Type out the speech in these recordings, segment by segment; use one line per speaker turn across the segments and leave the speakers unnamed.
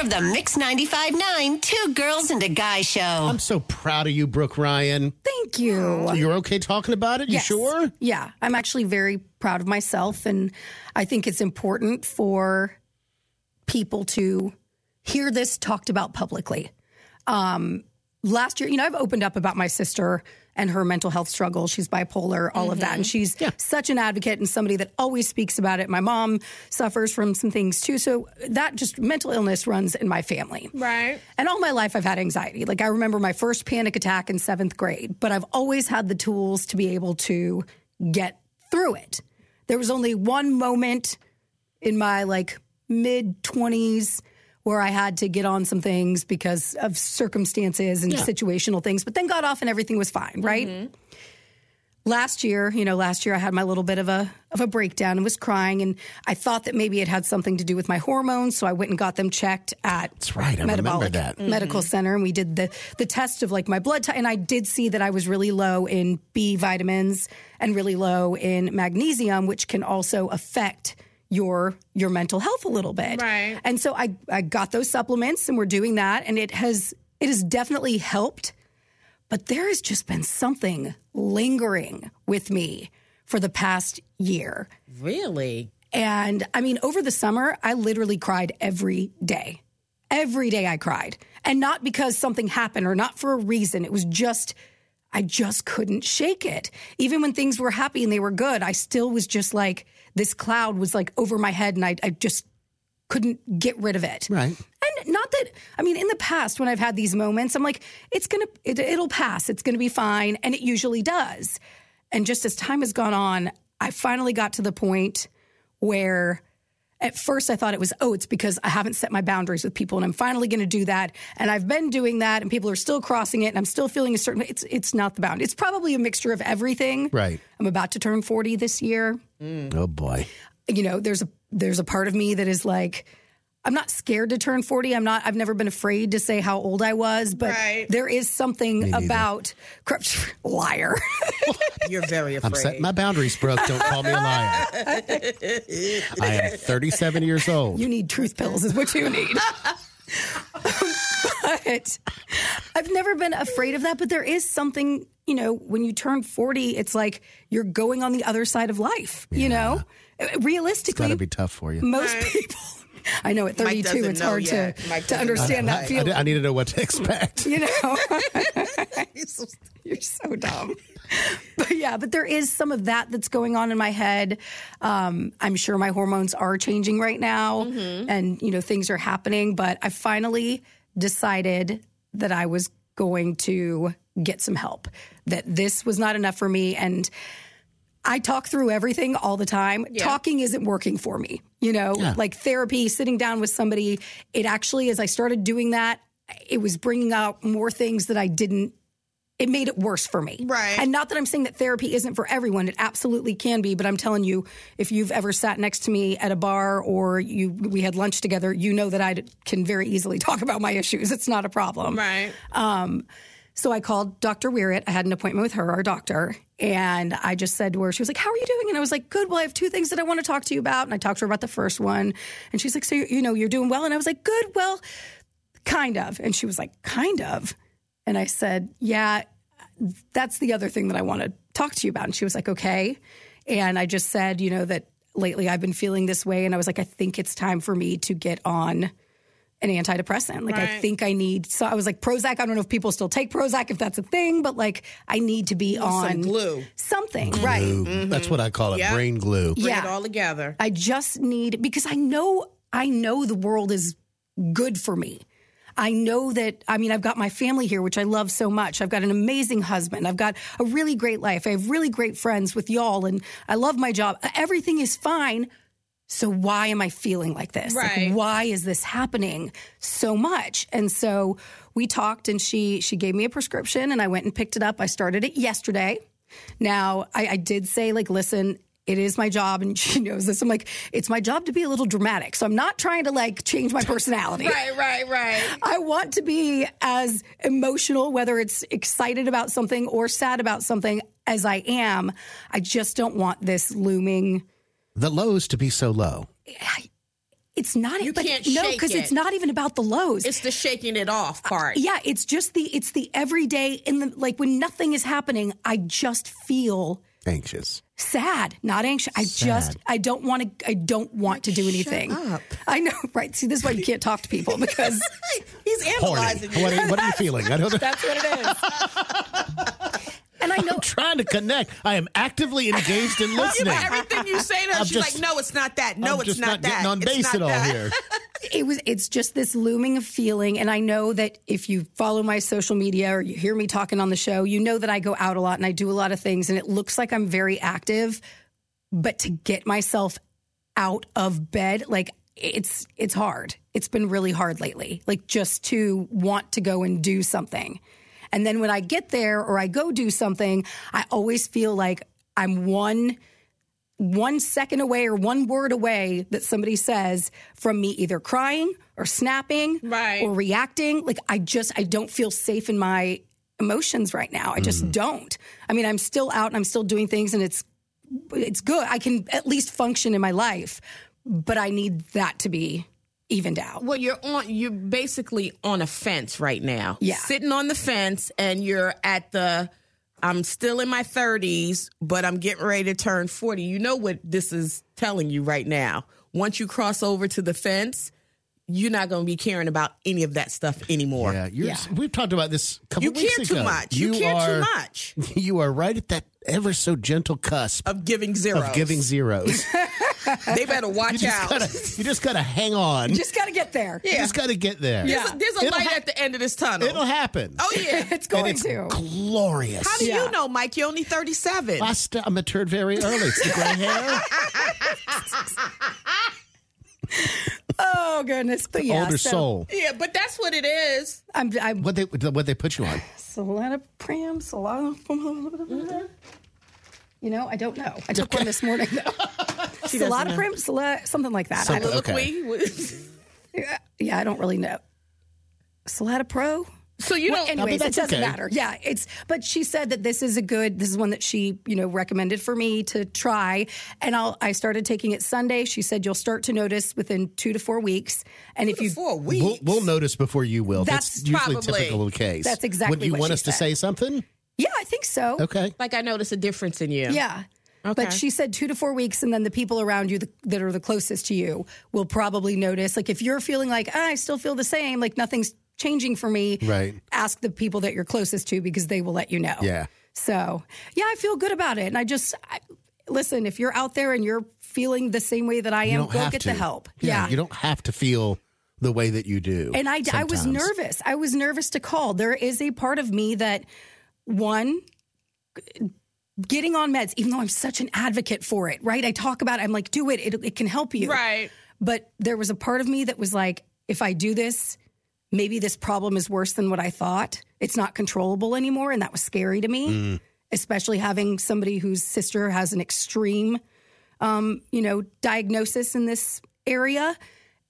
of the Mix 95.9 Two Girls and a Guy Show.
I'm so proud of you, Brooke Ryan.
Thank you.
You're okay talking about it? You
Yes.
sure?
Yeah, I'm actually very proud of myself, and I think it's important for people to hear this talked about publicly. Um, last year, you know, I've opened up about my sister and her mental health struggle. She's bipolar, all of that, and she's such an advocate and somebody that always speaks about it. My mom suffers from some things too, so that just mental illness runs in my family.
Right.
And all my life, I've had anxiety. Like, I remember my first panic attack in seventh grade, but I've always had the tools to be able to get through it. There was only one moment in my like mid 20s where I had to get on some things because of circumstances and situational things, but then got off and everything was fine, right? last year, you know, last year I had my little bit of a of a breakdown and was crying, and I thought that maybe it had something to do with my hormones, so I went and got them checked at
That's right. I remember
metabolic Mm-hmm.
that.
medical center, and we did the the test of like my blood type, and I did see that I was really low in B vitamins and really low in magnesium, which can also affect your your mental health a little bit.
Right.
And so I I got those supplements, and we're doing that, and it has it has definitely helped but there has just been something lingering with me for the past year.
Really?
And I mean, over the summer, I literally cried every day. Every day I cried. And not because something happened or not for a reason. It was just, I just couldn't shake it. Even when things were happy and they were good, I still was just like, this cloud was like over my head and I, I just couldn't get rid of it.
Right.
And not that I mean, in the past when I've had these moments, I'm like, it's gonna, it, it'll pass. It's gonna be fine, and it usually does. And just as time has gone on, I finally got to the point where, at first, I thought it was, oh, it's because I haven't set my boundaries with people, and I'm finally gonna do that. And I've been doing that, and people are still crossing it, and I'm still feeling a certain. It's it's not the bound. It's probably a mixture of everything.
Right.
I'm about to turn 40 this year
Oh, boy.
you know there's a there's a part of me that is like I'm not scared to turn 40. I'm not I've never been afraid to say how old I was, but
Right.
there is something about liar.
You're very
I'm
afraid.
setting my boundaries, Brooke. Don't call me a liar. I am 37 years old.
you need truth pills is what you need. but I've never been afraid of that, but there is something, you know, when you turn 40, it's like you're going on the other side of life, you know? Uh, Realistically,
That'd be tough for you.
most people I know at 32
doesn't
it's
know
hard
yet.
to,
Mike
to
doesn't
understand
I,
that feeling.
I- I need to know what to expect.
you know you're so dumb but yeah but there is some of that that's going on in my head um, i'm sure my hormones are changing right now and you know things are happening but i finally decided that i was going to get some help that this was not enough for me and I talk through everything all the time. Talking isn't working for me. You know, like therapy, sitting down with somebody, it actually, as I started doing that, it was bringing out more things that I didn't, it made it worse for me.
Right.
And not that I'm saying that therapy isn't for everyone, it absolutely can be, but I'm telling you, if you've ever sat next to me at a bar or you we had lunch together, you know that I d- can very easily talk about my issues. It's not a problem. Um,
Right.
So I called Dr. Weirett. I had an appointment with her, our doctor, and I just said to her, she was like, How are you doing? And I was like, Good. Well, I have two things that I want to talk to you about. And I talked to her about the first one. And she's like, So, you you know, you're doing well. And I was like, Good. Well, kind of. And she was like, Kind of. And I said, Yeah, that's the other thing that I want to talk to you about. And she was like, okay. And I just said, you know, that lately I've been feeling this way. And I was like, I think it's time for me to get on an antidepressant. Like, I
Right.
think I need, so I was like, Prozac. I don't know if people still take Prozac, if that's a thing, but like, I need to be on
Some glue.
something. Right.
Ooh, That's what I call it brain glue.
Bring
Yeah.
it all together.
I just need because I know I know the world is good for me. I know that I mean I've got my family here which I love so much. I've got an amazing husband. I've got a really great life. I have really great friends with y'all and I love my job. Everything is fine. So why am I feeling like this? Like,
Right.
why is this happening so much? And so we talked and she she gave me a prescription and I went and picked it up. I started it yesterday. Now, I, I did say, like, listen, it is my job, and she knows this. I'm like, it's my job to be a little dramatic. So I'm not trying to like change my personality.
Right, right, right.
I want to be as emotional, whether it's excited about something or sad about something, as I am. I just don't want this looming.
The lows to be so low.
It's not.
You
but
can't
no,
shake
because it's
it.
not even about the lows.
It's the shaking it off part.
yeah, it's just the it's the everyday in the like when nothing is happening. I just feel
Anxious.
sad, not anxious. I just I don't want to. I don't want to do anything.
up.
I know, right? See, this is why you can't talk to people because
He's
Horny.
analyzing you.
What are, what are you feeling? I don't know.
That's what it is.
and I know.
I'm trying to connect. I am actively engaged in listening.
Everything you say to
I'm
us, she's
just-
like, no, it's not that. No,
I'm
it's
just
not,
not,
that.
getting on
It's
base
not
at all
that.
here.
it was it's just this looming feeling and i know that if you follow my social media or you hear me talking on the show you know that i go out a lot and i do a lot of things and it looks like i'm very active but to get myself out of bed like it's it's hard it's been really hard lately like just to want to go and do something and then when i get there or i go do something i always feel like i'm one one second away or one word away that somebody says from me either crying or snapping
Right.
or reacting like i just i don't feel safe in my emotions right now i just don't i mean i'm still out and i'm still doing things and it's it's good i can at least function in my life but i need that to be evened out
Well, you're on. You're basically on a fence right now.
Yeah.
sitting on the fence, and you're at the. I'm still in my 30s, but I'm getting ready to turn 40. You know what this is telling you right now. Once you cross over to the fence, you're not going to be caring about any of that stuff anymore.
Yeah, you're, we've talked about this a couple
You
weeks
care
ago.
too much. You, care
are,
too much
You are right at that ever so gentle cusp
of giving zeros.
of giving zeros.
They better
you
watch
just
out.
gotta, you just gotta hang on.
just gotta get there
You just gotta get there.
There's a, there's a
It'll
light
hap-
at the end of this tunnel.
It'll happen.
oh yeah.
it's going
it's
to
glorious.
How do
Yeah.
you know, Mike? You're only 37.
I, st- I matured very early. It's the gray hair.
oh goodness but yeah
Older
so
soul.
Yeah, but that's what it is.
i'm i'm
What they what they put you on?
Pram, Solana. You know, I don't know. I took one this morning though. Solana Sola, something like that. I
Something.
don't,
Soliloquy.
yeah, I don't really know. Solana Pro.
so you don't.
Anyways, it
that's
doesn't
okay.
matter. Yeah, it's. But she said that this is a good. This is one that she you know recommended for me to try, and I'll. I started taking it Sunday. She said you'll start to notice within two to four weeks, and if you
for a week.
We'll, we'll notice before you will. That's,
That's
usually
probably-
typical of the case.
That's exactly
Would you
what
want
she
us to
said.
say something?
yeah, I think so.
Okay.
like I notice a difference in you.
Yeah. But
Okay.
she said two to four weeks, and then the people around you th- that are the closest to you will probably notice. Like, if you're feeling like, ah, I still feel the same, like nothing's changing for me,
Right.
ask the people that you're closest to because they will let you know.
Yeah.
So, yeah, I feel good about it. And I just, I, listen, if you're out there and you're feeling the same way that I
You
am,
don't
go
have
get
to.
the help.
Yeah, You don't have to feel the way that you do.
And I, I was
sometimes.
nervous. I was nervous to call. There is a part of me that, one, getting on meds, even though I'm such an advocate for it, right? I talk about it, I'm like, do it, it, it can help you.
Right.
But there was a part of me that was like, if I do this, maybe this problem is worse than what I thought. It's not controllable anymore. And that was scary to me, especially having somebody whose sister has an extreme, um, you know, diagnosis in this area.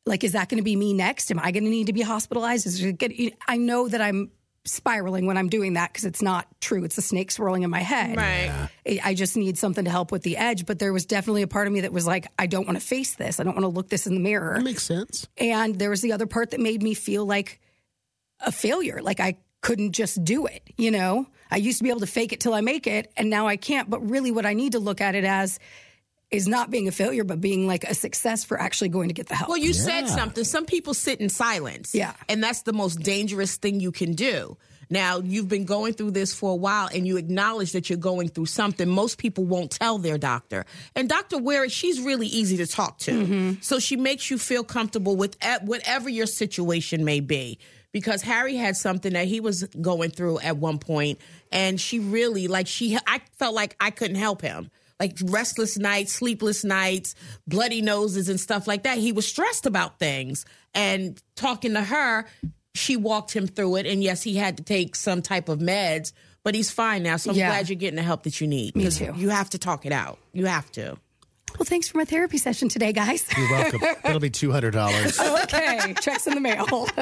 Like, is that going to be me next? Am I going to need to be hospitalized? Is it gonna, I know that I'm spiraling when I'm doing that because it's not true. It's a snake swirling in my head.
Right.
I I just need something to help with the edge. But there was definitely a part of me that was like, I don't want to face this. I don't want to look this in the mirror.
That makes sense.
And there was the other part that made me feel like a failure, like I couldn't just do it, you know? I used to be able to fake it till I make it, and now I can't. But really, what I need to look at it as is not being a failure, but being like a success for actually going to get the help.
Well, you said
Yeah.
something. Some people sit in silence.
Yeah.
And that's the most dangerous thing you can do. Now, you've been going through this for a while and you acknowledge that you're going through something. Most people won't tell their doctor. And Dr. Ware, she's really easy to talk to. So she makes you feel comfortable with at- whatever your situation may be. Because Harry had something that he was going through at one point, and she really, like, she, I felt like I couldn't help him like restless nights, sleepless nights, bloody noses, and stuff like that. He was stressed about things. And talking to her, she walked him through it. And yes, he had to take some type of meds, but he's fine now. So I'm
Yeah.
glad you're getting the help that you need. Me
too.
You have to talk it out. You have to.
well, thanks for my therapy session today, guys.
You're welcome. That'll be two hundred dollars.
okay, checks in the mail.